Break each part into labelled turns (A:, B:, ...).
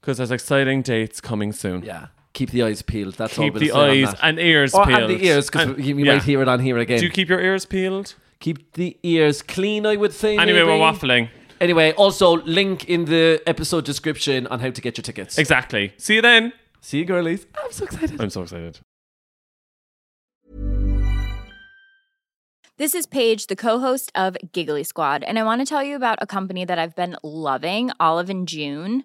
A: because there's exciting dates coming soon.
B: yeah, keep the eyes peeled. That's all
A: Keep
B: we'll
A: the
B: say on
A: eyes
B: that.
A: and ears
B: or
A: peeled.
B: and the ears because
A: And-
B: you, you
A: yeah.
B: might hear it on here again.
A: Do you keep your ears peeled?
B: keep the ears clean, I would say.
A: Anyway,
B: maybe.
A: we're waffling.
B: Anyway, also link in the episode description on how to get your tickets.
A: Exactly. See you then.
B: See you, girlies. I'm so excited.
A: I'm so excited.
C: This is Paige, the co-host of Giggly Squad, and I want to tell you about a company that I've been loving, Olive and June.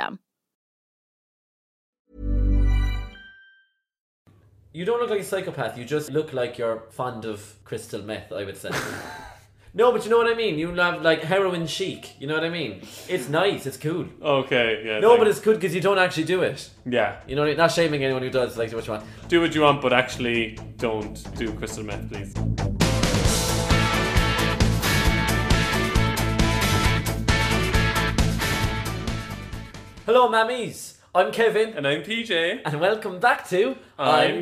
B: You don't look like a psychopath. You just look like you're fond of crystal meth. I would say. no, but you know what I mean. You have like heroin chic. You know what I mean. It's nice. It's cool.
A: Okay. Yeah.
B: No, but it's good because you don't actually do it.
A: yeah.
B: You know, what I mean? not shaming anyone who does like do what you want.
A: Do what you want, but actually don't do crystal meth, please.
B: Hello, mammies. I'm Kevin,
A: And I'm PJ.
B: and welcome back to
A: I'm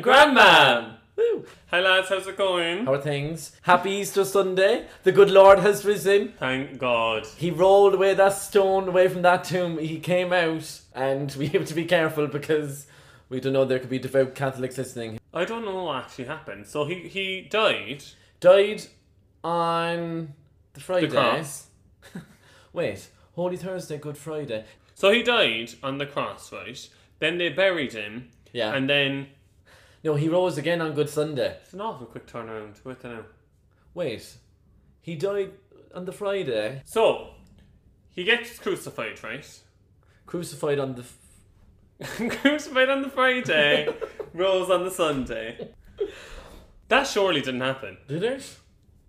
B: Grandman.
A: Grandman.
B: Woo.
A: Hi lads, how's it going?
B: How are things? Happy Easter Sunday. The good Lord has risen.
A: Thank God.
B: He rolled away that stone away from that tomb. He came out, and we have to be careful because we don't know there could be devout Catholics listening.
A: I don't know what actually happened. So he he died.
B: Died on the Friday.
A: cross.
B: Wait, Holy Thursday, Good Friday.
A: So he died on the cross, right? Then they buried him.
B: Yeah.
A: And then
B: No, he rose again on Good Sunday.
A: it's an awful quick turnaround. What the now?
B: Wait, he died on the Friday,
A: So he gets crucified, right?
B: crucified on the. F-
A: crucified on the Friday, rose on the Sunday. That surely didn't happen.
B: Did it?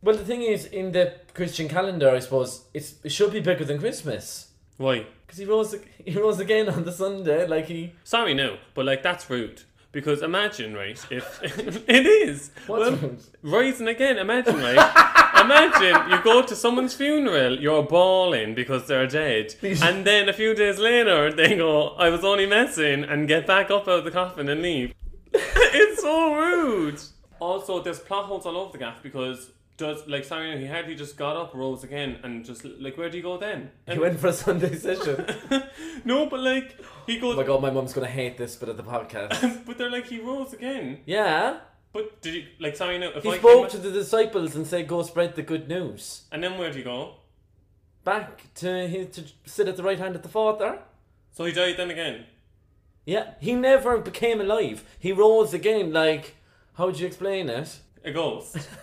B: Well, the thing is, in the Christian calendar, I suppose it's, it should be bigger than Christmas.
A: Why?
B: Because he rose, he rose again on the Sunday, like he.
A: Sorry, no, but like that's rude. Because imagine, right? If it is,
B: What's rude?
A: rising again. Imagine, right? imagine you go to someone's funeral, you're bawling because they're dead, and then a few days later they go, "I was only messing," and get back up out of the coffin and leave. it's so rude. Also, there's plot holes all over the gaff because. Does like sorry, he hardly just got up, rose again, and just like where do you go then?
B: He went for a Sunday session.
A: no, but like he goes,
B: Oh my god, my mum's gonna hate this bit of the podcast.
A: but they're like he rose again.
B: Yeah,
A: But did you like sorry no if
B: he
A: I
B: spoke to
A: came,
B: the disciples and said, "Go spread the good news."
A: and then where'd you go?
B: Back to him to sit at the right hand of the Father.
A: So he died then again.
B: Yeah, he never became alive. He rose again. Like, how would you explain it?
A: A ghost. if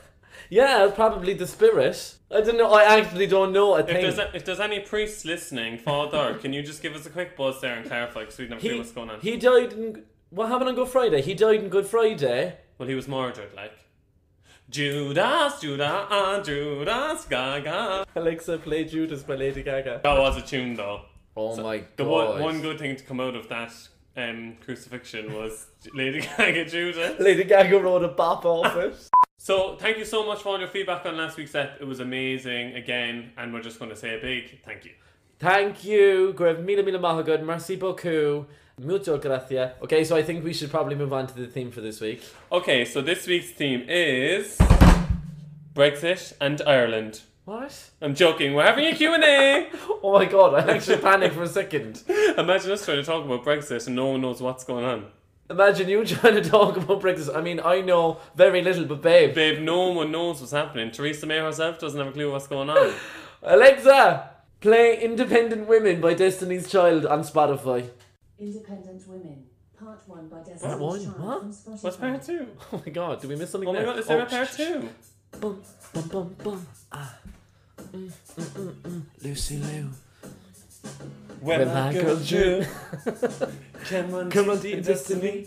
B: Yeah, probably the spirit. I don't know. I actually don't know. I think
A: there's a, if there's any priests listening, Father, can you just give us a quick buzz there and clarify because we don't
B: he
A: see what's going on.
B: he died. In, what happened on Good Friday? He died on Good Friday.
A: well, he was murdered like. Judas, Judas, Judas, Gaga.
B: Alexa, play Judas by Lady Gaga.
A: That was a tune though.
B: Oh my god.
A: The one, one good thing to come out of that um, crucifixion was Lady Gaga Judas.
B: Lady Gaga wrote a bop off it.
A: So thank you so much for all your feedback on last week's ep. It was amazing again, and we're just going to say a big thank you.
B: Thank you, Grev Mila Mila Mahagood, merci beaucoup. Mucho gracias. Okay, so I think we should probably move on to the theme for this week.
A: Okay, so this week's theme is Brexit and Ireland.
B: What?
A: I'm joking. We're having a Q&A.
B: Oh my god, I actually panicked for a second.
A: Imagine us trying to talk about Brexit and no one knows what's going on.
B: Imagine you trying to talk about Brexit. I mean, I know very little, but babe.
A: Babe, no one knows what's happening. Theresa May herself doesn't have a clue what's going on.
B: Alexa, play Independent Women by Destiny's Child on Spotify.
D: Independent Women, Part 1 by Destiny's
B: Part one?
D: Child
B: What?
D: from Spotify.
A: What's part two?
B: Oh my god, did we miss something
A: Oh my
B: there?
A: god, is there a
B: sh-
A: part
B: sh-
A: two?
B: Bum, bum, bum, bum. Ah. Mm, mm, mm, mm. Lucy Liu.
A: When,
B: I got you.
A: Come on,
B: Come on, dear destiny.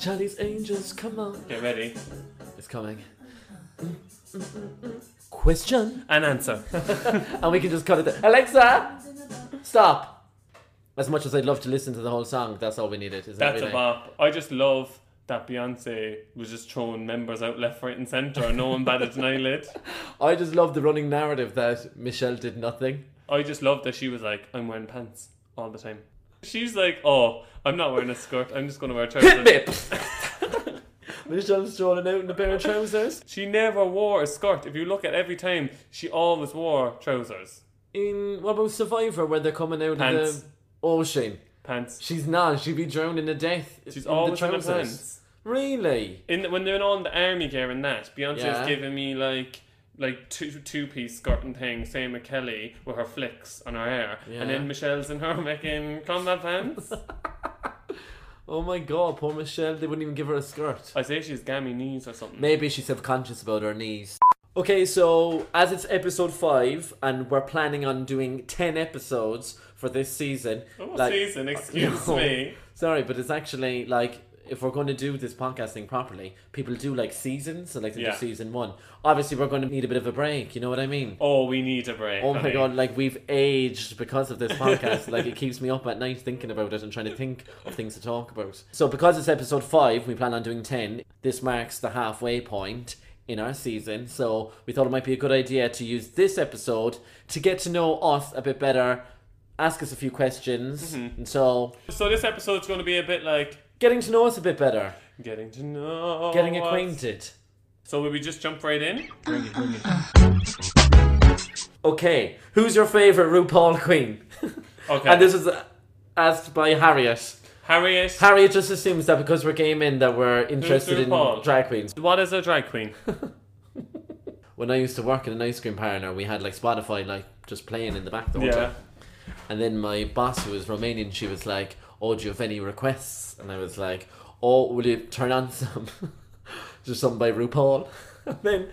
B: Charlie's Angels, come on.
A: Get ready.
B: It's coming. Mm, mm, mm, mm. Question.
A: And answer.
B: And we can just cut it there. Alexa, stop. As much as I'd love to listen to the whole song, that's all we needed. Isn't
A: That's
B: it,
A: a bop. I just love that Beyonce was just throwing members out left, right, and centre, and no one batted an eyelid.
B: I just love the running narrative that Michelle did nothing.
A: I just love that she was like, I'm wearing pants all the time. She's like, oh, I'm not wearing a skirt. I'm just going to wear trousers.
B: Hit me! Michelle's strolling out in a pair of trousers.
A: She never wore a skirt. If you look at every time, she always wore trousers,
B: In what about Survivor, where they're coming out
A: Pants.
B: of the ocean?
A: pants.
B: She's not. She'd be drowned in the death.
A: She's
B: in
A: always
B: the
A: in a
B: trousers.
A: pants.
B: Really?
A: In the, when they're on the army gear and that, Beyonce's
B: Yeah.
A: giving me like like two two piece skirt and thing. Same with Kelly with her flicks on her hair, and
B: Yeah.
A: then Michelle's in her making combat pants.
B: Oh my god, poor Michelle. They wouldn't even give her a skirt.
A: I say she's gammy knees or something.
B: Maybe she's self-conscious about her knees. Okay, so as it's episode five, and we're planning on doing ten episodes for this season.
A: Oh,
B: like-
A: season, excuse
B: No.
A: me.
B: Sorry, but it's actually like if we're going to do this podcasting properly, people do like seasons, so like they
A: Yeah.
B: do season one. Obviously, we're going to need a bit of a break. You know what I mean?
A: Oh, we need a break.
B: Oh my
A: honey.
B: god, like we've aged because of this podcast. like it keeps me up at night thinking about it and trying to think of things to talk about. So because it's episode five, we plan on doing ten. This marks the halfway point in our season. So we thought it might be a good idea to use this episode to get to know us a bit better, ask us a few questions.
A: Mm-hmm.
B: And so
A: So this episode's going to be a bit like
B: getting to know us a bit better.
A: getting to know,
B: Getting
A: us.
B: acquainted.
A: So will we just jump right in?
B: Okay, who's your favourite RuPaul Queen?
A: Okay.
B: and this is uh, asked by Harriet.
A: Harriet.
B: Harriet just assumes that because we're gay men that we're interested in
A: RuPaul?
B: drag queens.
A: what is a drag queen?
B: When I used to work in an ice cream parlor, we had like Spotify like just playing in the back the whole time. And then my boss, who was Romanian, she was like, "Oh, do you have any requests?" And I was like, "Oh, will you turn on some, just some by RuPaul?" and then,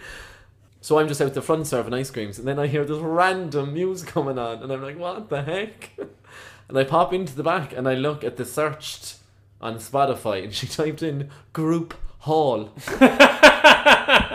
B: so I'm just out the front serving ice creams, and then I hear this random news coming on, and I'm like, "What the heck?" and I pop into the back and I look at the searched on Spotify, and she typed in "group hall."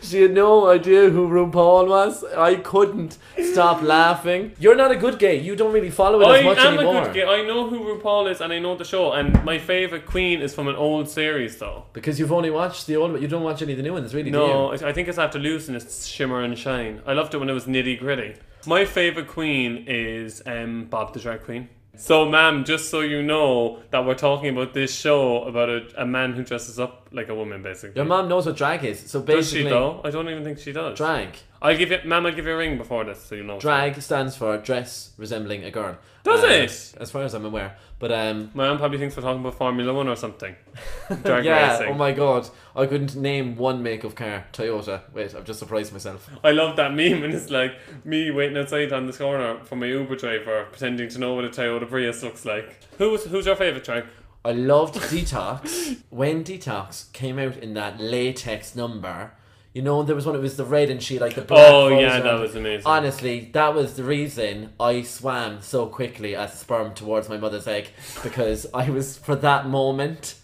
B: She had no idea who RuPaul was. I couldn't stop laughing. You're not a good gay. You don't really follow it
A: I
B: as much
A: am
B: anymore.
A: a good gay. I know who RuPaul is and I know the show. And my favorite queen is from an old series, though.
B: Because you've only watched the old one. You don't watch any of the new ones, really,
A: No,
B: do
A: I I think it's after Loose and it's Shimmer and Shine. I loved it when it was nitty gritty. My favorite queen is um, Bob the Drag Queen. So, ma'am, just so you know that we're talking about this show about a, a man who dresses up like a woman, basically.
B: you? Your mom knows what drag is. So
A: Does she
B: basically,
A: though? I don't even think she does.
B: drag.
A: I'll give you, ma'am. I'll give you a ring before this, so you know.
B: Drag stands for dress resembling a girl.
A: Does
B: Um,
A: it?
B: As far as I'm aware. But, um,
A: My mum probably thinks we're talking about Formula One or something. Drag
B: yeah,
A: racing.
B: oh my god. I couldn't name one make of car. Toyota. Wait, I've just surprised myself.
A: I love that meme, and it's like me waiting outside on this corner for my Uber driver, pretending to know what a Toyota Prius looks like. Who's who's your favorite track?
B: I loved Detox. when Detox came out in that latex number, you know, there was one, it was the red and she, like the black.
A: Oh
B: fuzz
A: yeah, that
B: around-
A: was amazing.
B: Honestly, that was the reason I swam so quickly as sperm towards my mother's egg because I was for that moment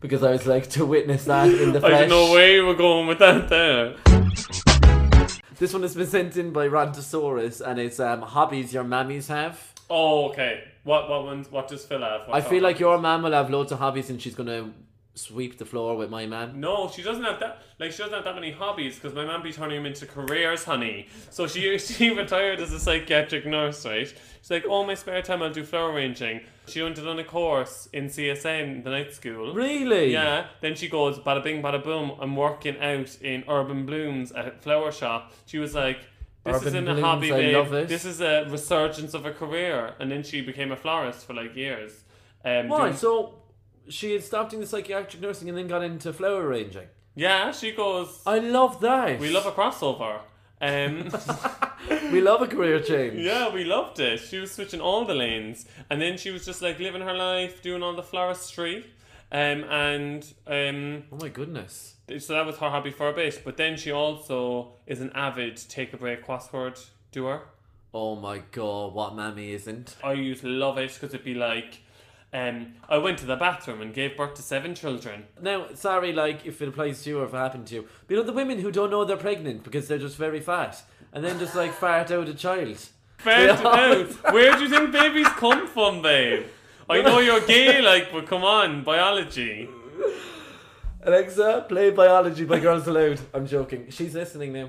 B: because I was like to witness that in the
A: I
B: flesh.
A: don't know where you were going with that there.
B: This one has been sent in by Rantosaurus and it's um, hobbies your mammies have.
A: Oh okay. What what ones? What does Phil have? What
B: I feel
A: song?
B: like your mam will have loads of hobbies and she's gonna sweep the floor with my man.
A: No, she doesn't have that. Like she doesn't have that many hobbies because my mum be turning them into careers, honey. So she she retired as a psychiatric nurse, right? She's like, all my spare time I'll do flower arranging. She went and done a course in CSN, the night school.
B: Really?
A: Yeah. Then she goes, bada bing, bada boom. I'm working out in Urban Blooms at a flower shop. She was like. This
B: Urban
A: isn't a
B: Blooms,
A: hobby,
B: I
A: babe.
B: love it.
A: This is a resurgence of a career, and then she became a florist for like years. Um,
B: Why?
A: doing-
B: So she had stopped in the psychiatric nursing and then got into flower arranging.
A: yeah, she goes.
B: I love that.
A: We love a crossover. Um,
B: we love a career change.
A: yeah, we loved it. She was switching all the lanes, and then she was just like living her life, doing all the floristry, um, and um,
B: Oh my goodness.
A: so that was her hobby for a bit. But then she also is an avid take a break crossword doer.
B: Oh my god, what mammy isn't?
A: I used to love it because it'd be like, um, I went to the bathroom and gave birth to seven children.
B: Now, sorry, like, if it applies to you or if it happened to you, but you know the women who don't know they're pregnant because they're just very fat and then just like fart out a child.
A: Fair
B: Yeah.
A: to out. Where do you think babies come from, babe? I know you're gay, like, but come on, biology.
B: Alexa, play Biology by Girls Aloud. I'm joking. She's listening now.
D: I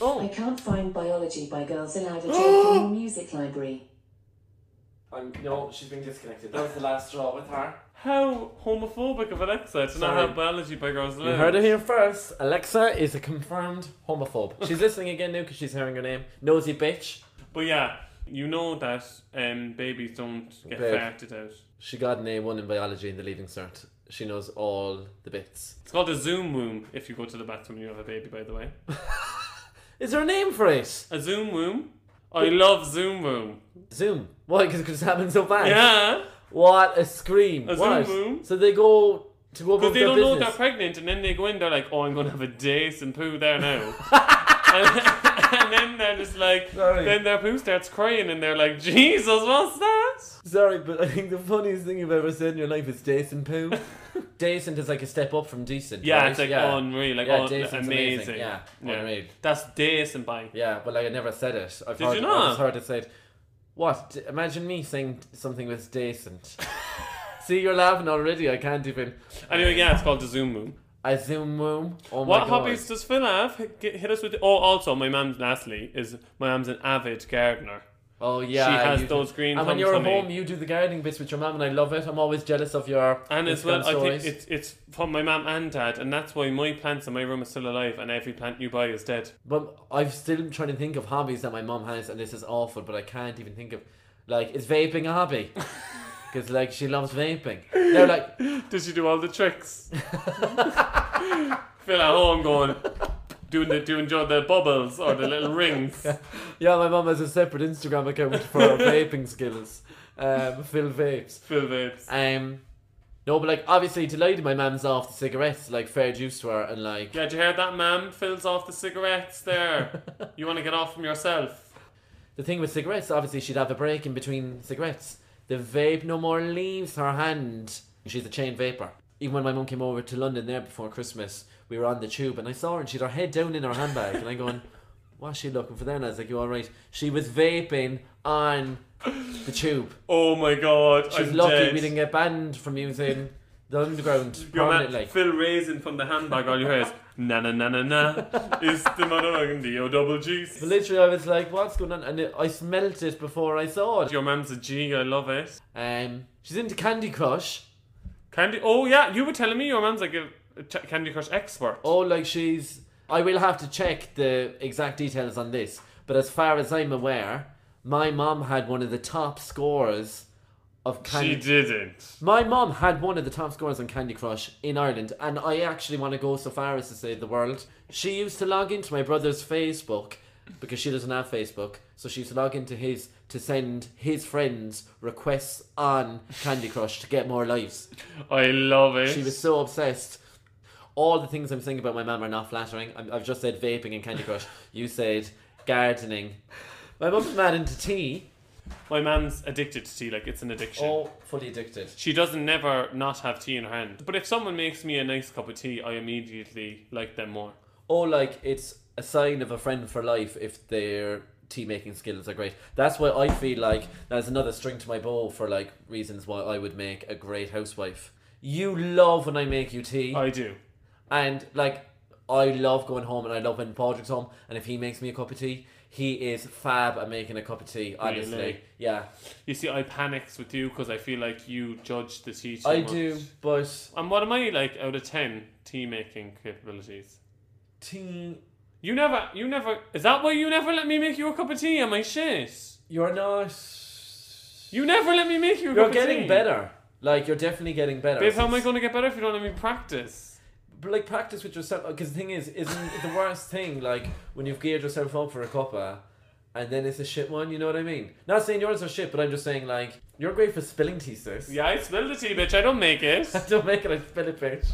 B: Oh,
D: can't find Biology by Girls Aloud at your music library.
B: I'm, no, she's been disconnected. That was the last straw with her.
A: How homophobic of Alexa to not
B: Sorry.
A: have biology by girls
B: You heard it here first. Alexa is a confirmed homophobe. She's listening again now because she's hearing her name. Nosy bitch.
A: But yeah, you know that um, babies don't get
B: Babe.
A: farted out.
B: She got an A1 in biology in the leaving cert. She knows all the bits.
A: It's called a zoom womb if you go to the bathroom and you have a baby, by the way.
B: Is there a name for it?
A: A zoom womb? I love zoom womb.
B: Zoom. Why? Because it just happened so fast.
A: Yeah.
B: What a scream.
A: A
B: what?
A: Zoom room.
B: So they go to go about
A: Because they
B: their
A: don't know they're
B: business.
A: pregnant, and then they go in, they're like, "Oh, I'm gonna have a dace and poo there now," and, and then they're just like,
B: Sorry.
A: then their poo starts crying, and they're like, "Jesus, what's that?"
B: Sorry, but I think the funniest thing you've ever said in your life is Jason Poo. Decent is like a step up from decent.
A: Yeah,
B: right?
A: it's like
B: yeah.
A: unreal, like
B: Yeah,
A: un-
B: Jason's
A: amazing.
B: amazing, yeah, unreal.
A: That's dace and bang.
B: Yeah, but like I never said it. I've
A: Did
B: heard,
A: you
B: I
A: not?
B: just heard it said. What? D- imagine me saying something that's decent. See, you're laughing already. I can't even.
A: Anyway, yeah, it's called the Zoom Room.
B: I zoom room. Oh my
A: What
B: god.
A: hobbies does Phil have? H- get- Hit us with. Oh, also, my mum, lastly, is my mum's an avid gardener.
B: Oh yeah.
A: She has
B: you-
A: those green
B: And when
A: thumbs
B: you're at
A: for me.
B: home, you do the gardening bits with your mum, and I love it. I'm always jealous of your.
A: And as well,
B: Instagram
A: I think
B: stories.
A: it's, it's from my mum and dad, and that's why my plants in my room are still alive, and every plant you buy is dead.
B: But I'm still trying to think of hobbies that my mom has, and this is awful. But I can't even think of, like, is vaping a hobby? Because like she loves vaping. They're like,
A: Did she do all the tricks? Phil at home going, doing the doing jo- the bubbles or the little rings.
B: yeah, my mom has a separate Instagram account for her vaping skills. Um, Phil vapes.
A: Phil vapes.
B: Um, no, but like obviously delighted my mum's off the cigarettes, like fair juice to her, and like
A: Yeah, did you hear that, ma'am? Phil's off the cigarettes there. you want to get off from yourself.
B: the thing with cigarettes, obviously she'd have a break in between cigarettes. The vape no more leaves her hand. She's a chain vapor. Even when my mum came over to London there before Christmas, we were on the tube and I saw her and she'd her head down in her handbag and I'm going, What's she looking for there? And I was like, You alright? She was vaping on the tube.
A: Oh my god,
B: She's
A: I'm
B: lucky
A: dead.
B: we didn't get banned from using the underground
A: Your man,
B: permanently.
A: Phil raising from the handbag all you hear is na na na na na is the motherfucking D O double G's.
B: But literally I was like, What's going on? And it, I smelt it before I saw it.
A: Your mum's a G, I love it.
B: Um she's into Candy Crush.
A: Candy oh yeah, you were telling me your mum's like a a ch- Candy Crush expert.
B: Oh, like she's. I will have to check the exact details on this, but as far as I'm aware, my mom had one of the top scores of
A: she
B: Candy.
A: didn't.
B: My mom had one of the top scores on Candy Crush in Ireland, and I actually want to go so far as to say the world. She used to log into my brother's Facebook because she doesn't have Facebook, so she used to log into his to send his friends requests on Candy Crush to get more lives.
A: I love it.
B: She was so obsessed. All the things I'm saying about my mum are not flattering. I'm, I've just said vaping and Candy Crush. You said gardening. My mum's mad into tea.
A: My mum's addicted to tea, like it's an addiction.
B: Oh, fully addicted.
A: She doesn't never not have tea in her hand. But if someone makes me a nice cup of tea, I immediately like them more.
B: Oh, like it's a sign of a friend for life if their tea making skills are great. That's why I feel like that's another string to my bow for like reasons why I would make a great housewife. You love when I make you tea.
A: I do.
B: And like, I love going home, and I love when Padraig's home, and if he makes me a cup of tea, he is fab at making a cup of tea. Honestly,
A: Really?
B: yeah,
A: You see, I panics with you because I feel like you judge the tea too
B: I
A: much.
B: do. But
A: And what am I like out of ten tea making capabilities?
B: tea,
A: You never, you never. Is that why you never let me make you a cup of tea? Am I shit?
B: you're not.
A: You never let me make you. A
B: You're
A: cup of
B: getting
A: tea.
B: better. Like you're definitely getting better.
A: Babe, how am I
B: Since-
A: going to get better if you don't let me practice?
B: But like practice with yourself because the thing is, isn't it the worst thing like when you've geared yourself up for a cuppa, and then it's a shit one. You know what I mean? Not saying yours are shit, but I'm just saying like you're great for spilling tea, sis.
A: Yeah, I spilled the tea, bitch. I don't make it.
B: Don't make it a spill it, bitch.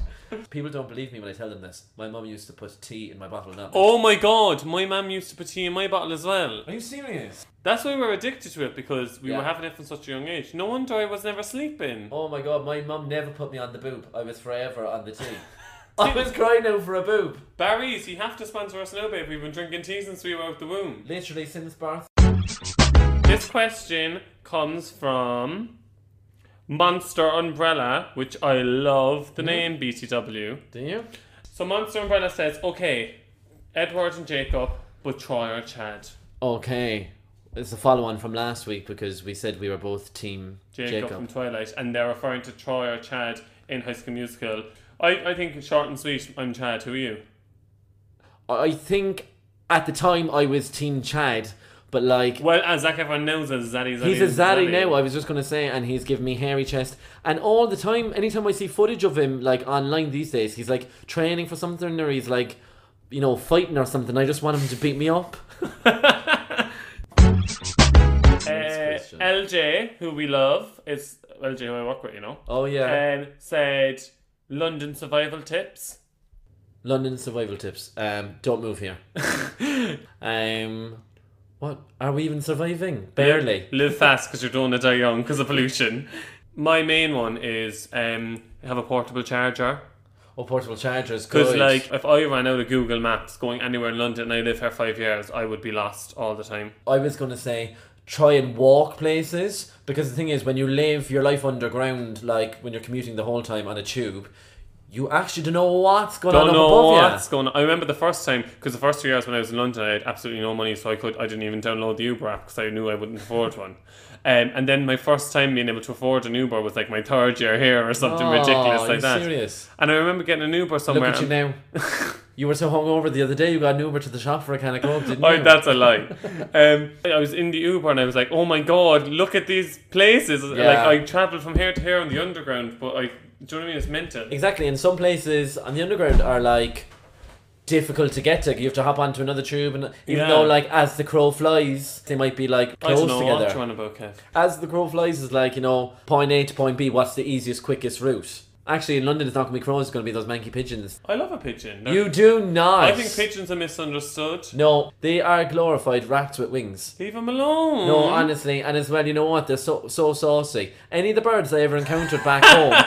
B: People don't believe me when I tell them this. My mum used to put tea in my bottle now.
A: oh my god, my mum used to put tea in my bottle as well.
B: Are you serious?
A: That's why we were addicted to it because we were
B: Yeah.
A: having it from such a young age. No wonder I was never sleeping.
B: Oh my god, my mum never put me on the boob. I was forever on the tea. I was crying out for a boob.
A: Barry's, you have to sponsor us now, babe. We've been drinking tea since we were out the womb.
B: Literally since birth.
A: This question comes from Monster Umbrella, which I love
B: Hmm?
A: the name BTW.
B: Do you?
A: So Monster Umbrella says, okay, Edward and Jacob, but Troy or Chad.
B: Okay. It's a follow on from last week because we said we were both team
A: Jacob, from Twilight, and they're referring to Troy or Chad in High School Musical. I, I think short and sweet, I'm Chad, who are you?
B: I think at the time I was team Chad, but like
A: Well, as Zach everyone knows, as Zaddy Zaddy.
B: He's a zaddy now. I was just gonna say, and he's giving me hairy chest. And all the time, anytime I see footage of him like online these days, he's like training for something or he's like, you know, fighting or something. I just want him to beat me up.
A: Uh,
B: question.
A: LJ, who we love, is LJ who I work with, you know,
B: Oh yeah,
A: and said London survival tips.
B: London survival tips. Um, don't move here. um, what are we even surviving? Barely.
A: Live fast because you're going to die young because of pollution. My main one is um, have a portable charger.
B: Oh, portable chargers.
A: Because
B: good.
A: like if I ran out of Google Maps going anywhere in London and I live here five years, I would be lost all the time.
B: I was gonna say try and walk places because the thing is when you live your life underground, like when you're commuting the whole time on a tube, you actually don't know what's going
A: Don't
B: on
A: know
B: up above
A: what's going. on. I remember the first time because the first two years when I was in London, I had absolutely no money, so I could I didn't even download the Uber app because I knew I wouldn't afford one. Um, and then my first time being able to afford an Uber was like my third year here or something
B: you.
A: ridiculous
B: Oh,
A: like
B: are you
A: that.
B: Serious.
A: And I remember getting an Uber
B: Look
A: somewhere.
B: at you
A: and-
B: now. you were so hungover the other day. You got an Uber to the shop for a can of coke, didn't
A: Oh,
B: you?
A: that's a lie. Um, I was in the Uber and I was like, "Oh my god, look at these places!" Like
B: Yeah.
A: I travelled from here to here on the underground, but I, do you know what I mean? It's mental.
B: exactly. And some places on the underground are like difficult to get to. You have to hop onto another tube, and even
A: Yeah.
B: though like as the crow flies, they might be like
A: I don't
B: close
A: know
B: together.
A: what you're on about, Kev.
B: As the crow flies is like, you know, point A to point B, what's the easiest, quickest route? Actually, in London, it's not going to be crows, it's going to be those manky pigeons.
A: I love a pigeon. They're-
B: You do not.
A: I think pigeons are misunderstood.
B: No, they are glorified rats with wings.
A: Leave them alone.
B: No, honestly, and as well, you know what? They're so so saucy. Any of the birds I ever encountered back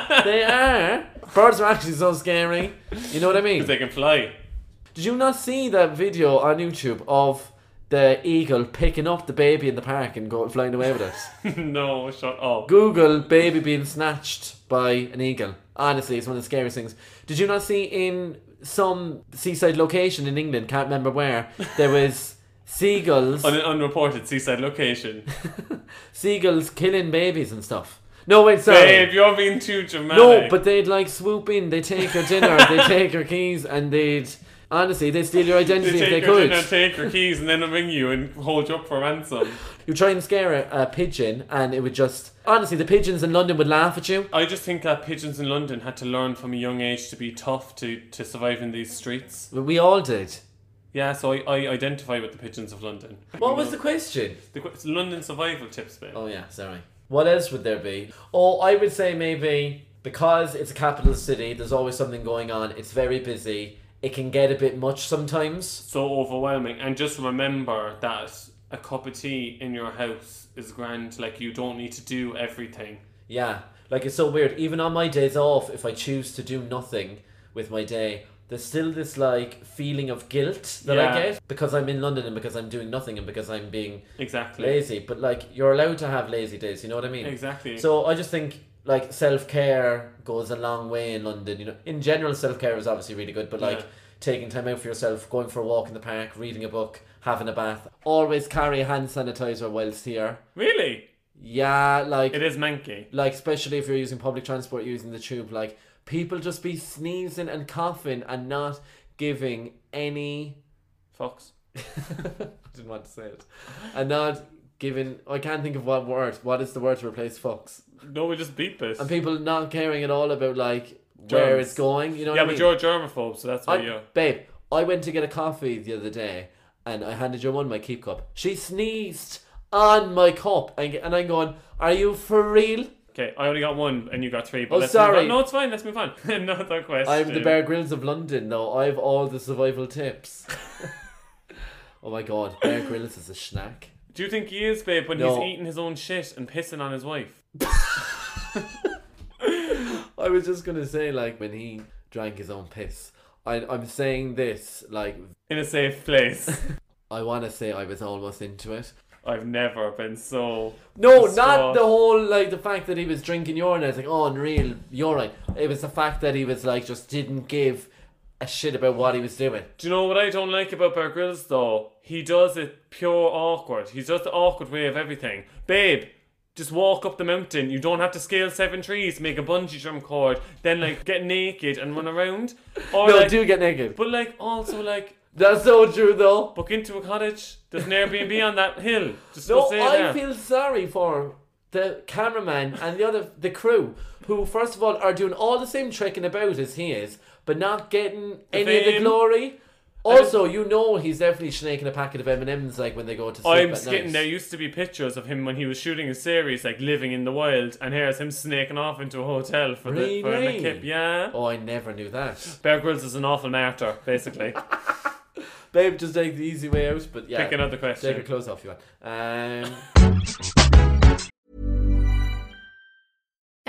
B: home, they are. Birds are actually so scary. You know what I mean?
A: they can fly.
B: Did you not see that video on YouTube of the eagle picking up the baby in the park and going flying away with it?
A: no, shut up.
B: Google baby being snatched by an eagle. Honestly, it's one of the scariest things. Did you not see in some seaside location in England, can't remember where, there was seagulls
A: On an unreported seaside location.
B: seagulls killing babies and stuff. No wait, sorry.
A: Babe, you're being too dramatic.
B: no, but they'd like swoop in, they take your dinner, they take your keys and they'd honestly they'd steal your
A: they
B: identity
A: take
B: if they
A: your
B: could.
A: dinner, take your keys, and then they'll ring you and hold you up for ransom.
B: You try and scare a, a pigeon and it would just honestly the pigeons in London would laugh at you.
A: I just think that pigeons in London had to learn from a young age to be tough to, to survive in these streets.
B: But we all did.
A: Yeah, so I, I identify with the pigeons of London.
B: What was the question?
A: The qu- it's London survival tips, babe.
B: Oh yeah, sorry. What else would there be? Oh, I would say maybe because it's a capital city, there's always something going on. It's very busy. It can get a bit much sometimes.
A: So overwhelming. And just remember that a cup of tea in your house is grand. Like, you don't need to do everything.
B: Yeah, like it's so weird. Even on my days off, if I choose to do nothing with my day, there's still this like feeling of guilt that
A: Yeah.
B: I get because I'm in London and because I'm doing nothing and because I'm being
A: Exactly.
B: lazy. But like you're allowed to have lazy days. You know what I mean?
A: Exactly.
B: So I just think like self care goes a long way in London. You know, in general, self care is obviously really good, but like
A: Yeah.
B: taking time out for yourself, going for a walk in the park, reading a book, having a bath. Always carry a hand sanitizer whilst here.
A: Really?
B: Yeah, like
A: It is manky.
B: like especially if you're using public transport, using the tube, like people just be sneezing and coughing and not giving any.
A: Fox.
B: I didn't want to say it, and not giving. I can't think of what word. What is the word to replace fox?
A: No, we just beat this.
B: and people not caring at all about like where
A: Germs.
B: it's going. You know
A: yeah,
B: what
A: but
B: I mean?
A: you're a germaphobe, so that's why
B: I-
A: you're.
B: babe, I went to get a coffee the other day, and I handed your one my keep cup. She sneezed on my cup, and, and I'm going, "Are you for real?"
A: Okay, I only got one and you got three. But
B: Oh,
A: let's move
B: sorry.
A: on. No, it's fine. Let's move on. Another question.
B: I'm the Bear Grylls of London, though. I have all the survival tips. oh my god, Bear Grylls is a snack.
A: Do you think he is, babe, when
B: No.
A: he's eating his own shit and pissing on his wife?
B: I was just gonna say, like when he drank his own piss. I, I'm saying this like
A: In a safe place.
B: I want to say I was almost into it.
A: I've never been so.
B: No,
A: distraught.
B: not the whole like the fact that he was drinking urine. It's like, oh, unreal, you're right. It was the fact that he was like just didn't give a shit about what he was doing.
A: Do you know what I don't like about Bear Grylls though? He does it pure awkward. He's just the awkward way of everything. Babe, just walk up the mountain. You don't have to scale seven trees, make a bungee jump cord, then like get naked and run around. Or
B: No,
A: like,
B: do get naked.
A: but like also like
B: That's so true though.
A: book into a cottage. There's an Airbnb on that hill. Just go
B: No,
A: stay
B: I
A: there.
B: feel sorry for the cameraman and the other the crew who first of all are doing all the same trekking about as he is, but not getting any of the
A: fame.
B: glory. Also, you know he's definitely snaking a packet of M and M's like when they go to sleep
A: I'm
B: at
A: just getting
B: night.
A: there used to be pictures of him when he was shooting his series, like living in the wild, and here's him snaking off into a hotel for the for
B: Really?
A: an kip. Yeah.
B: Oh, I never knew that.
A: Bear Grylls is an awful martyr, basically.
B: Babe, just take the easy way out, but yeah.
A: Pick another
B: Take your
A: question.
B: clothes off, you want. Um,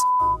E: f-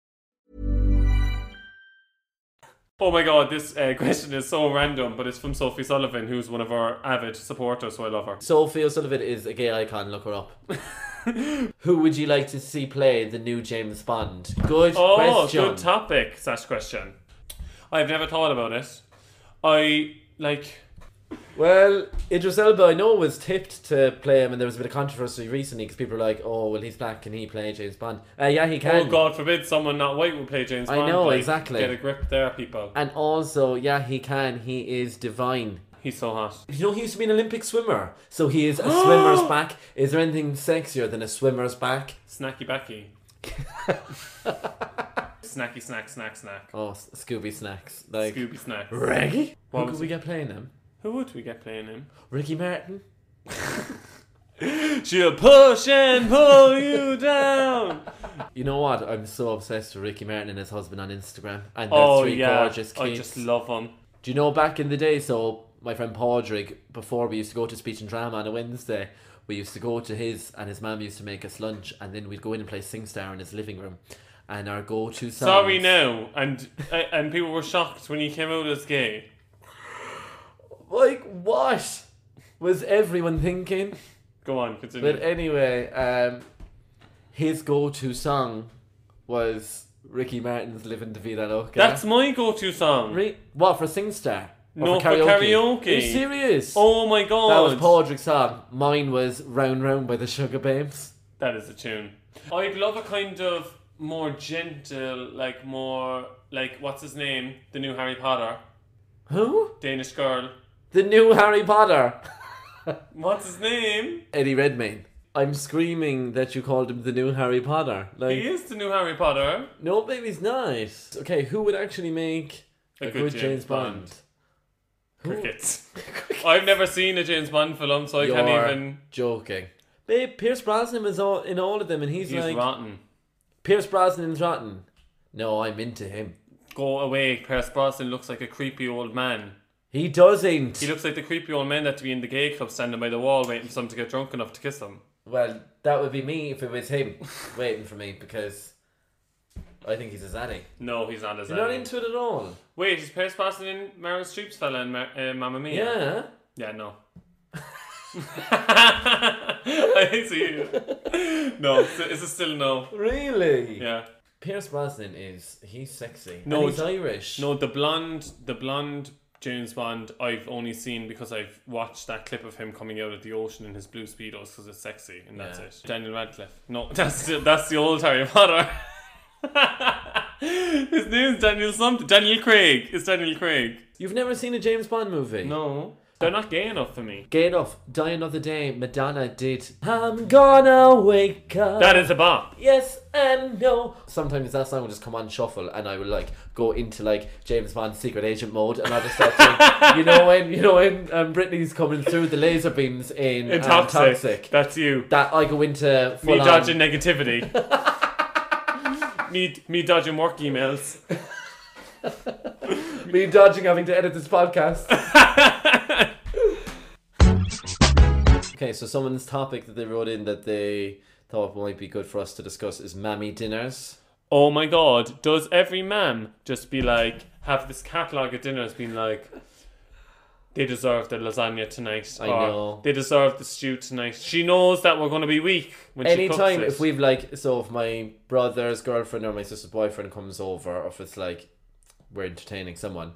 A: Oh my god, this uh, question is so random, but it's from Sophie Sullivan, who's one of our avid supporters, so I love her.
B: Sophie O'Sullivan is a gay icon, look her up. Who would you like to see play the new James Bond? Good
A: Oh,
B: question.
A: good topic slash question. I've never thought about it. I like.
B: well, Idris Elba, I know, was tipped to play him, and there was a bit of controversy recently because people were like, oh, well, he's black, can he play James Bond? Uh, yeah, he can.
A: Oh God forbid someone not white will play James
B: I
A: Bond.
B: know,
A: like,
B: exactly.
A: Get a grip there, people.
B: And also, yeah, he can. He is divine.
A: He's so hot.
B: You know, he used to be an Olympic swimmer, so he is a swimmer's back. Is there anything sexier than a swimmer's back?
A: Snacky backy. Snacky snack snack snack.
B: Oh, S- Scooby Snacks. Like,
A: Scooby snacks.
B: Reggie?
A: What
B: Who could
A: was
B: we get playing him?
A: Who would we get playing him?
B: Ricky Martin?
A: She'll push and pull you down.
B: You know what? I'm so obsessed with Ricky Martin and his husband on Instagram. And their
A: Oh
B: three
A: yeah,
B: gorgeous kids.
A: I just love him.
B: Do you know back in the day, so my friend Padraig, before we used to go to speech and drama on a Wednesday, we used to go to his and his mum used to make us lunch and then we'd go in and play SingStar in his living room. And our go to song.
A: Sorry now, and uh, and people were shocked when he came out as gay.
B: Like, what was everyone thinking?
A: Go on, continue.
B: But uh, anyway, um, his go-to song was Ricky Martin's "Living the Vida Loca."
A: That's my go-to song.
B: Re- what for SingStar? Or
A: No, for karaoke.
B: Are you serious?
A: oh my god,
B: that was Padraig's song. Mine was "Round Round" by the Sugar Babes.
A: That is a tune. I'd love a kind of more gentle, like more like what's his name, the new Harry Potter
B: Who?
A: Danish girl.
B: The new Harry Potter.
A: What's his name?
B: Eddie Redmayne. I'm screaming that you called him the new Harry Potter. Like,
A: He is the new Harry Potter.
B: no, maybe he's not. Okay, who would actually make a, good, James, Bond?
A: Crickets. I've never seen a James Bond film, so I
B: You're
A: can't even.
B: joking. Babe, Pierce Brosnan is all in all of them, and he's,
A: He's
B: like
A: rotten.
B: Pierce Brosnan's rotten. No, I'm into him.
A: Go away, Pierce Brosnan looks like a creepy old man.
B: He doesn't.
A: He looks like the creepy old man that to be in the gay club standing by the wall waiting for someone to get drunk enough to kiss him.
B: well, that would be me if it was him waiting for me because I think he's a zaddy.
A: No, he's not as uh,
B: You're not into it at all.
A: Wait, is Pierce Brosnan in Meryl Streep's fella in Mar- uh, Mamma Mia?
B: Yeah.
A: Yeah, no. I see you. No, it's a- it's a still no.
B: Really?
A: Yeah.
B: Pierce Brosnan is he's sexy.
A: No,
B: No, he's
A: it's-
B: Irish.
A: No, the blonde, the blonde James Bond. I've only seen because I've watched that clip of him coming out of the ocean in his blue speedos because it's sexy, and that's
B: Yeah.
A: it. Daniel Radcliffe. No, that's the, that's the old Harry Potter. his name's Daniel something. Daniel Craig. It's Daniel Craig.
B: You've never seen a James Bond movie?
A: No, they're not gay enough for me.
B: Get off. Die another day. Madonna did. I'm gonna wake up.
A: That is a bop.
B: Yes and no. Sometimes that song will just come on shuffle, and I will like go into like James Bond secret agent mode, and I'll just start saying, you know when you know when um, Britney's coming through the laser beams in,
A: In
B: um,
A: toxic.
B: Toxic.
A: That's you.
B: That I go into full
A: me
B: on-
A: dodging negativity. me me dodging work emails.
B: me dodging having to edit this podcast. okay, so someone's topic that they wrote in that they thought might be good for us to discuss is mammy dinners.
A: oh my god, does every man just be like, have this catalogue of dinners being like, they deserve the lasagna tonight.
B: I
A: or
B: know.
A: They deserve the stew tonight. She knows that we're going to be weak when she
B: Anytime
A: cooks it.
B: if we've like so if my brother's girlfriend or my sister's boyfriend comes over or if it's like we're entertaining someone,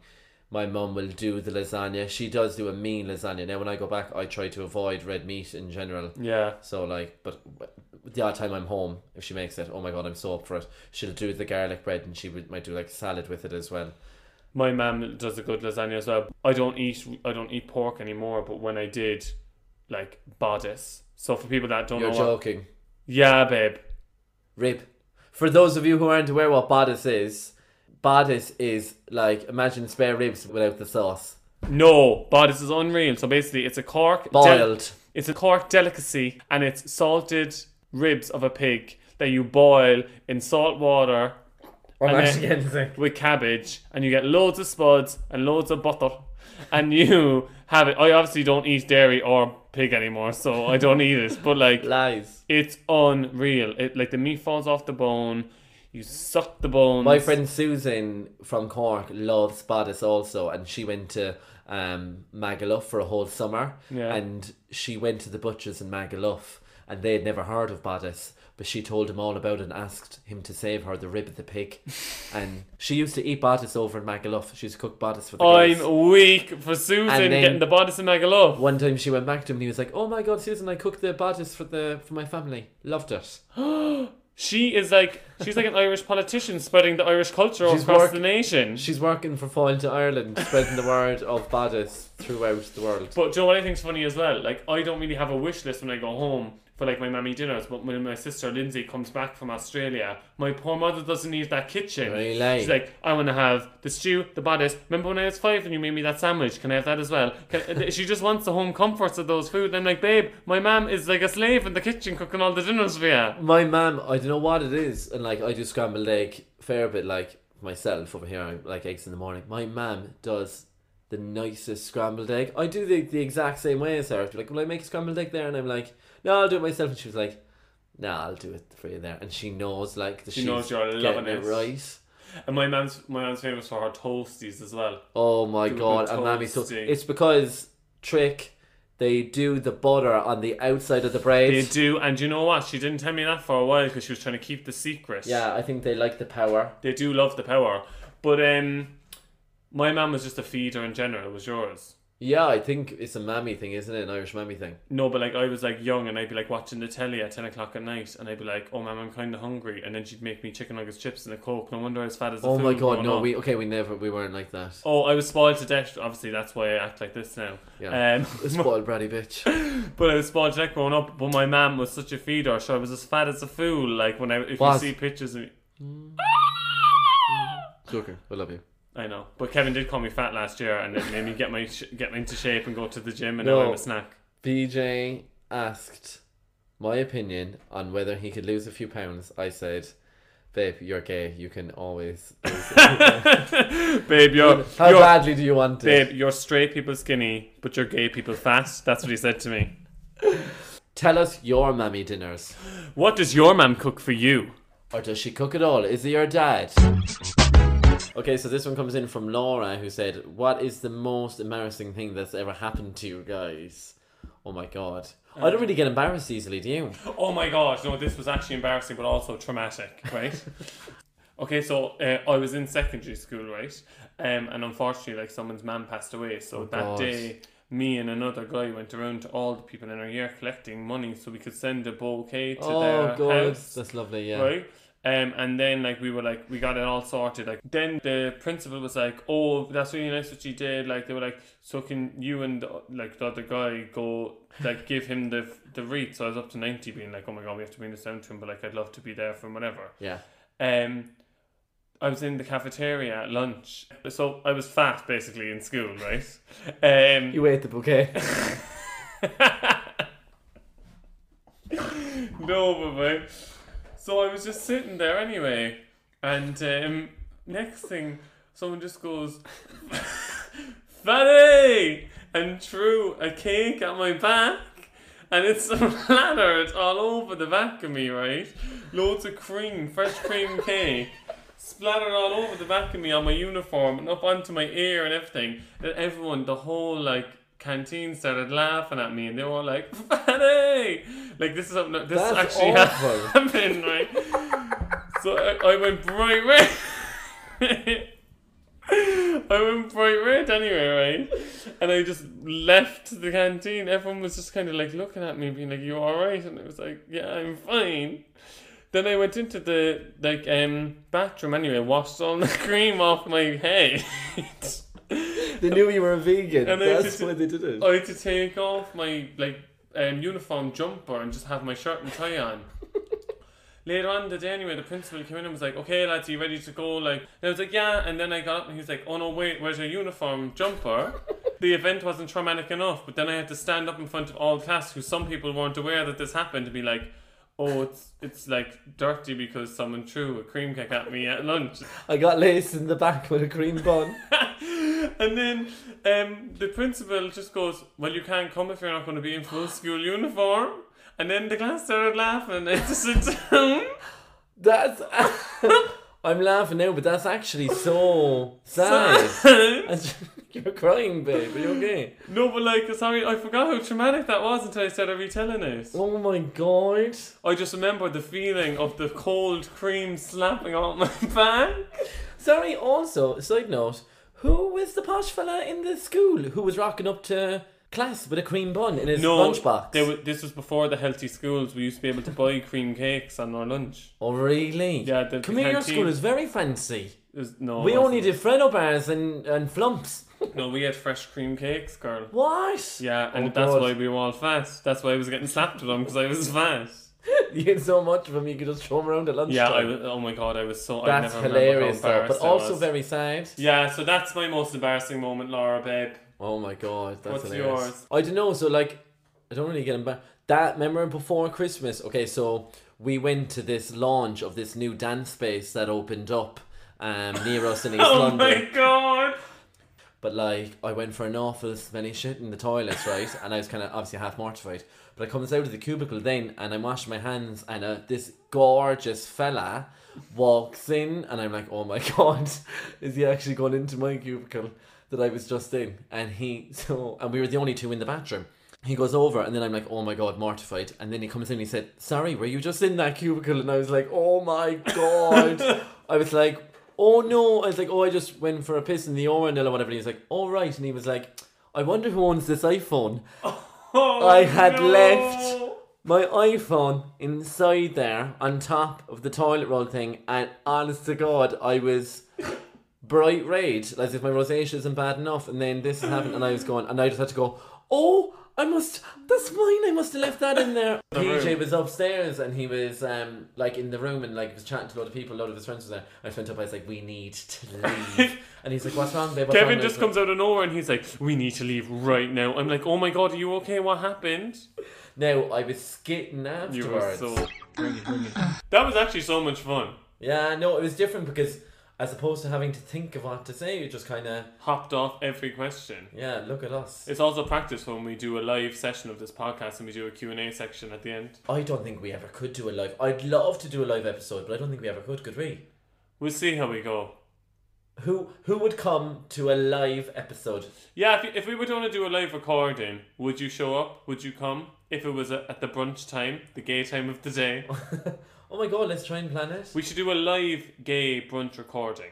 B: my mum will do the lasagna. She does do a mean lasagna. Now when I go back I try to avoid red meat in general.
A: Yeah.
B: So like but the odd time I'm home, if she makes it, oh my god, I'm so up for it. She'll do the garlic bread and she would, might do like salad with it as well.
A: My mum does a good lasagna as well. I don't eat I don't eat pork anymore, but when I did, like bodice. So for people that don't
B: You're
A: know, what-
B: joking.
A: yeah, babe,
B: Rib. For those of you who aren't aware what bodice is, bodice is like imagine spare ribs without the sauce.
A: no, bodice is unreal. So basically, it's a cork del-
B: Boiled.
A: It's a Cork delicacy and it's salted ribs of a pig that you boil in salt water
B: I'm
A: And
B: actually
A: then-
B: getting sick.
A: with cabbage and you get loads of spuds and loads of butter and you have it. I obviously don't eat dairy or pig anymore, so I don't eat it. But like
B: Lies.
A: it's unreal. It like the meat falls off the bone, you suck the bones.
B: My friend Susan from Cork loves bodice also, and she went to um, Magaluf for a whole summer.
A: Yeah.
B: And she went to the butchers in Magaluf, and they had never heard of bodice, but she told him all about it and asked him to save her the rib of the pig. and she used to eat bodice over in Magaluf. She used to cook bodice for the girls.
A: I'm weak for Susan
B: And then-
A: getting the bodice in Magaluf.
B: One time she went back to him and he was like, "Oh my God, Susan, I cooked the bodice for the for my family. Loved it.
A: She is like she's like an Irish politician spreading the Irish culture
B: She's
A: across
B: work-
A: the nation.
B: She's working for Falling to Ireland, spreading the word of bodice throughout the world.
A: But do you know what I think's funny as well? Like I don't really have a wish list when I go home for like my mammy dinners, but when my sister Lindsay comes back from Australia, my poor mother doesn't leave that kitchen.
B: Really?
A: She's like, I want to have the stew, the bodice. Remember when I was five and you made me that sandwich? Can I have that as well? Can, she just wants the home comforts of those food. And I'm like, babe, my mum is like a slave in the kitchen cooking all the dinners for you.
B: my mum, I don't know what it is, and like I do scrambled egg fair bit like myself over here. I like eggs in the morning. My mum does the nicest scrambled egg. I do the, the exact same way as her. I'd be like, will I make a scrambled egg there? And I'm like, no, I'll do it myself. And she was like, no, I'll do it for you there. And she knows like the
A: She knows you're loving it.
B: right.
A: And my mum's my mum's famous for her toasties as well.
B: Oh my
A: Doing
B: god,
A: the
B: and Mammy so
A: toasting.
B: it's because trick they do the butter on the outside of the bread.
A: They do, and you know what? She didn't tell me that for a while because she was trying to keep the secret.
B: Yeah, I think they like the power.
A: They do love the power. But um my mum was just a feeder in general, was yours.
B: Yeah, I think it's a mammy thing, isn't it? An Irish mammy thing.
A: No, but like I was like young and I'd be like watching the telly at 10 o'clock at night and I'd be like, oh, ma'am, I'm kind of hungry. And then she'd make me chicken nuggets, chips, and a Coke. No wonder I was fat as a
B: oh my
A: fool
B: god,
A: growing
B: no,
A: up.
B: we okay, we never we weren't like that.
A: Oh, I was spoiled to death. Obviously, that's why I act like this now.
B: Yeah.
A: Um,
B: Spoiled bratty bitch.
A: But I was spoiled to death growing up. But my mum was such a feeder, so I was as fat as a fool. Like when I, if
B: Was.
A: you see pictures of me,
B: Joker, I love you.
A: I know. But Kevin did call me fat last year, and it made me get my sh- get me into shape and go to the gym, and now
B: No.
A: I'm a snack.
B: BJ asked my opinion on whether he could lose a few pounds. I said, Babe, you're gay. You can always. lose it."
A: Babe, you're
B: How
A: you're
B: badly do you want it?
A: babe, you're straight people skinny, but you're gay people fat. That's what he said to me.
B: Tell us your mammy dinners.
A: What does your mum cook for you?
B: Or does she cook at all? Is he your dad? Okay, so this one comes in from Laura who said, What is the most embarrassing thing that's ever happened to you guys? Oh my god. I don't really get embarrassed easily, do you?
A: Oh my gosh, no, this was actually embarrassing but also traumatic, right? okay, so uh, I was in secondary school, right? Um, and unfortunately, like someone's mum passed away. So that
B: Oh, God.
A: day, me and another guy went around to all the people in our year collecting money so we could send a bouquet to
B: Oh
A: their
B: god,
A: house.
B: that's lovely, yeah.
A: Right? Um, and then like we were like we got it all sorted. Like then the principal was like, "Oh, that's really nice what you did." Like they were like, "So can you and the, like the other guy go like give him the the wreath?" So I was up to ninety, being like, "Oh my god, we have to bring this down to him," but like I'd love to be there for him, whatever.
B: Yeah.
A: Um, I was in the cafeteria at lunch, so I was fat basically in school, right? Um,
B: You ate the bouquet.
A: no, but mate. So I was just sitting there anyway, and um, next thing, someone just goes, Fatty! And threw a cake at my back, and it's splattered all over the back of me, right? Loads of cream, fresh cream cake. Splattered all over the back of me on my uniform and up onto my ear and everything. That everyone, the whole like canteen started laughing at me and they were all like, "Fatty!" Like this is this
B: That's
A: actually
B: awful.
A: happened, right? so I, I went bright red. I went bright red anyway, right? And I just left the canteen. Everyone was just kind of like looking at me, being like, "You all right?" And I was like, "Yeah, I'm fine." Then I went into the like um bathroom anyway, washed all the cream off my head.
B: They knew you were a vegan.
A: And they Oh.
B: That's
A: did it.
B: why they did it.
A: I had to take off my like um, uniform jumper and just have my shirt and tie on. Later on in the day, anyway, the principal came in and was like, "Okay, lads, are you ready to go?" Like, and I was like, "Yeah," and then I got up and he was like, "Oh no, wait, where's your uniform jumper?" the event wasn't traumatic enough, but then I had to stand up in front of all class, who some people weren't aware that this happened, to be like. Oh, it's it's like dirty because someone threw a cream cake at me at lunch.
B: I got laced in the back with a cream bun.
A: and then um, the principal just goes, "Well, you can't come if you're not going to be in full school uniform." And then the class started laughing. I just sit down.
B: That's. I'm laughing now, but that's actually so sad. You're crying, babe. Are you okay?
A: no, but like, sorry, I forgot how traumatic that was until I started retelling it.
B: Oh my god.
A: I just remember the feeling of the cold cream slapping on my back.
B: Sorry, also, side note, who was the posh fella in the school who was rocking up to class with a cream bun in his lunchbox?
A: There was, this was before the healthy schools. We used to be able to buy cream cakes on our lunch.
B: oh, really?
A: Yeah, the- the
B: Come here, your
A: canteen.
B: school is very fancy.
A: It was- no, it
B: we only did
A: wasn't.
B: Freddo bars and, and flumps.
A: No, we had fresh cream cakes, girl.
B: What?
A: Yeah, and
B: Oh,
A: that's
B: God.
A: why we were all fat. That's why I was getting slapped with them because I was fat.
B: You get so much of them, you could just throw them around at lunchtime.
A: Yeah, I was, oh my god, I was so.
B: That's
A: I never remember how
B: hilarious, though, but
A: embarrassed I
B: also
A: was.
B: very sad.
A: Yeah, so that's my most embarrassing moment, Laura, babe.
B: Oh my god, that's
A: What's
B: hilarious.
A: yours?
B: I don't know. So like, I don't really get back. That remember before Christmas? Okay, so we went to this launch of this new dance space that opened up um, near us in East
A: Oh
B: London.
A: my god!
B: But like, I went for an awful many shit in the toilets, right? And I was kind of obviously half mortified. But I comes out of the cubicle then, and I'm washing my hands, and uh, this gorgeous fella walks in, and I'm like, oh my god, is he actually going into my cubicle that I was just in? And he so, and we were the only two in the bathroom. He goes over, and then I'm like, oh my god, mortified. And then he comes in, and he said, sorry, were you just in that cubicle? And I was like, oh my god. I was like, oh no, I was like, oh, I just went for a piss in the urinal or whatever. And he was like, all right. And he was like, I wonder who owns this iPhone.
A: Oh
B: I had left my iPhone inside there on top of the toilet roll thing, and honest to God, I was bright red, as if my rosacea isn't bad enough. And then this has happened, and I was going, and I just had to go, oh. I must. That's mine. I must have left that in there. PJ was upstairs and he was um like in the room and like was chatting to a lot of people. A lot of his friends was there. I went up. I was like, "We need to leave." and he's like, "What's wrong, babe?" What's wrong?"
A: Kevin
B: I
A: just
B: was like-
A: comes out of nowhere and he's like, "We need to leave right now." I'm like, "Oh my god, are you okay? What happened?"
B: No, I was skitting afterwards.
A: You were so. Bring it, bring it. That was actually so much fun.
B: Yeah, no, it was different because as opposed to having to think of what to say, you just kind of
A: Hopped off every question.
B: yeah, look at us.
A: It's also practice when we do a live session of this podcast and we do a Q&A section at the end.
B: I don't think we ever could do a live. I'd love to do a live episode, but I don't think we ever could. Could we?
A: We'll see how we go.
B: Who who would come to a live episode?
A: Yeah, if, if we were going to do a live recording, would you show up? Would you come? If it was a, at the brunch time, the gay time of the day,
B: Oh my god, let's try and plan it
A: we should do a live gay brunch recording.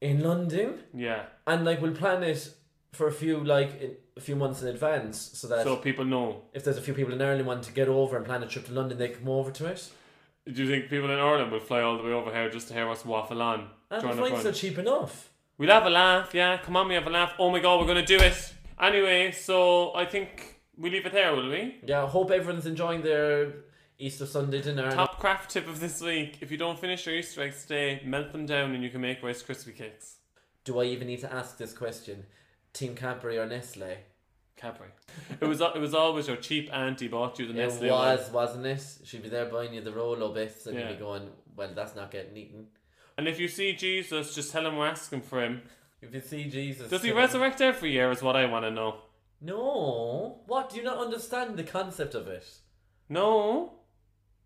B: in London,
A: Yeah,
B: and like we'll plan it for a few like in, a few months in advance, so that
A: so people know.
B: if there's a few people in Ireland want to get over and plan a trip to London, they come over to it.
A: Do you think people in Ireland will fly all the way over here just to hear us waffle on
B: And Ah, the
A: during a
B: flights are
A: brunch?
B: cheap enough.
A: We'll have a laugh, yeah. Come on, we have a laugh. Oh my god, we're gonna do it anyway. So I think we leave it there, will we?
B: Yeah, hope everyone's enjoying their Easter Sunday dinner.
A: Top craft tip of this week: If you don't finish your Easter eggs today, melt them down and you can make Rice Krispie cakes.
B: Do I even need to ask this question? Team Cadbury or Nestle?
A: Cadbury. It was it was always your cheap auntie bought you the Nestle.
B: it
A: one.
B: was, wasn't it? She'd be there buying you the roll bits and
A: Yeah.
B: you'd be going, well, that's not getting eaten.
A: And if you see Jesus, just tell him we're asking for him.
B: If you see Jesus.
A: Does he
B: coming-
A: resurrect every year? Is what I want to know.
B: No. What? Do you not understand the concept of it?
A: No,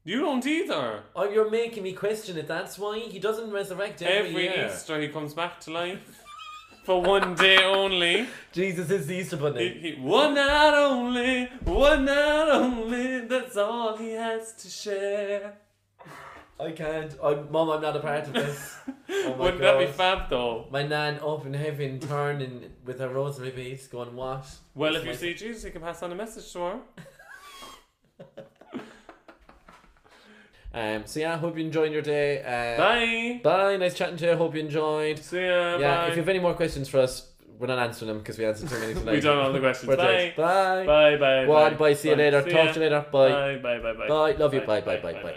A: you don't either.
B: Oh, you're making me question it. That's why he doesn't resurrect every,
A: Every
B: year.
A: Easter he comes back to life for one day only.
B: Jesus is the Easter
A: He,
B: Bunny.
A: he, one night only, one night only. That's all he has to share.
B: I can't. I'm, Mom, I'm not a part of this. Oh my
A: Wouldn't that be
B: God.
A: fab though?
B: My nan up in heaven turning with her rosary beads going, what?
A: Well,
B: This
A: if you
B: is my-
A: see Jesus, you can pass on a message to her.
B: Um, so yeah, hope you're enjoying your day. Uh,
A: Bye.
B: Bye. Nice chatting to you. Hope you enjoyed.
A: See ya.
B: yeah.
A: bye.
B: If you have any more questions for us, we're not answering them because we answered too many tonight.
A: we done all the questions.
B: We're dead.
A: Bye.
B: Bye.
A: Bye. Bye.
B: One. Bye. See you later.
A: See
B: Talk
A: ya.
B: to you later. Bye.
A: Bye. Bye. Bye. Bye.
B: Bye. Love you. Bye, bye, bye, bye.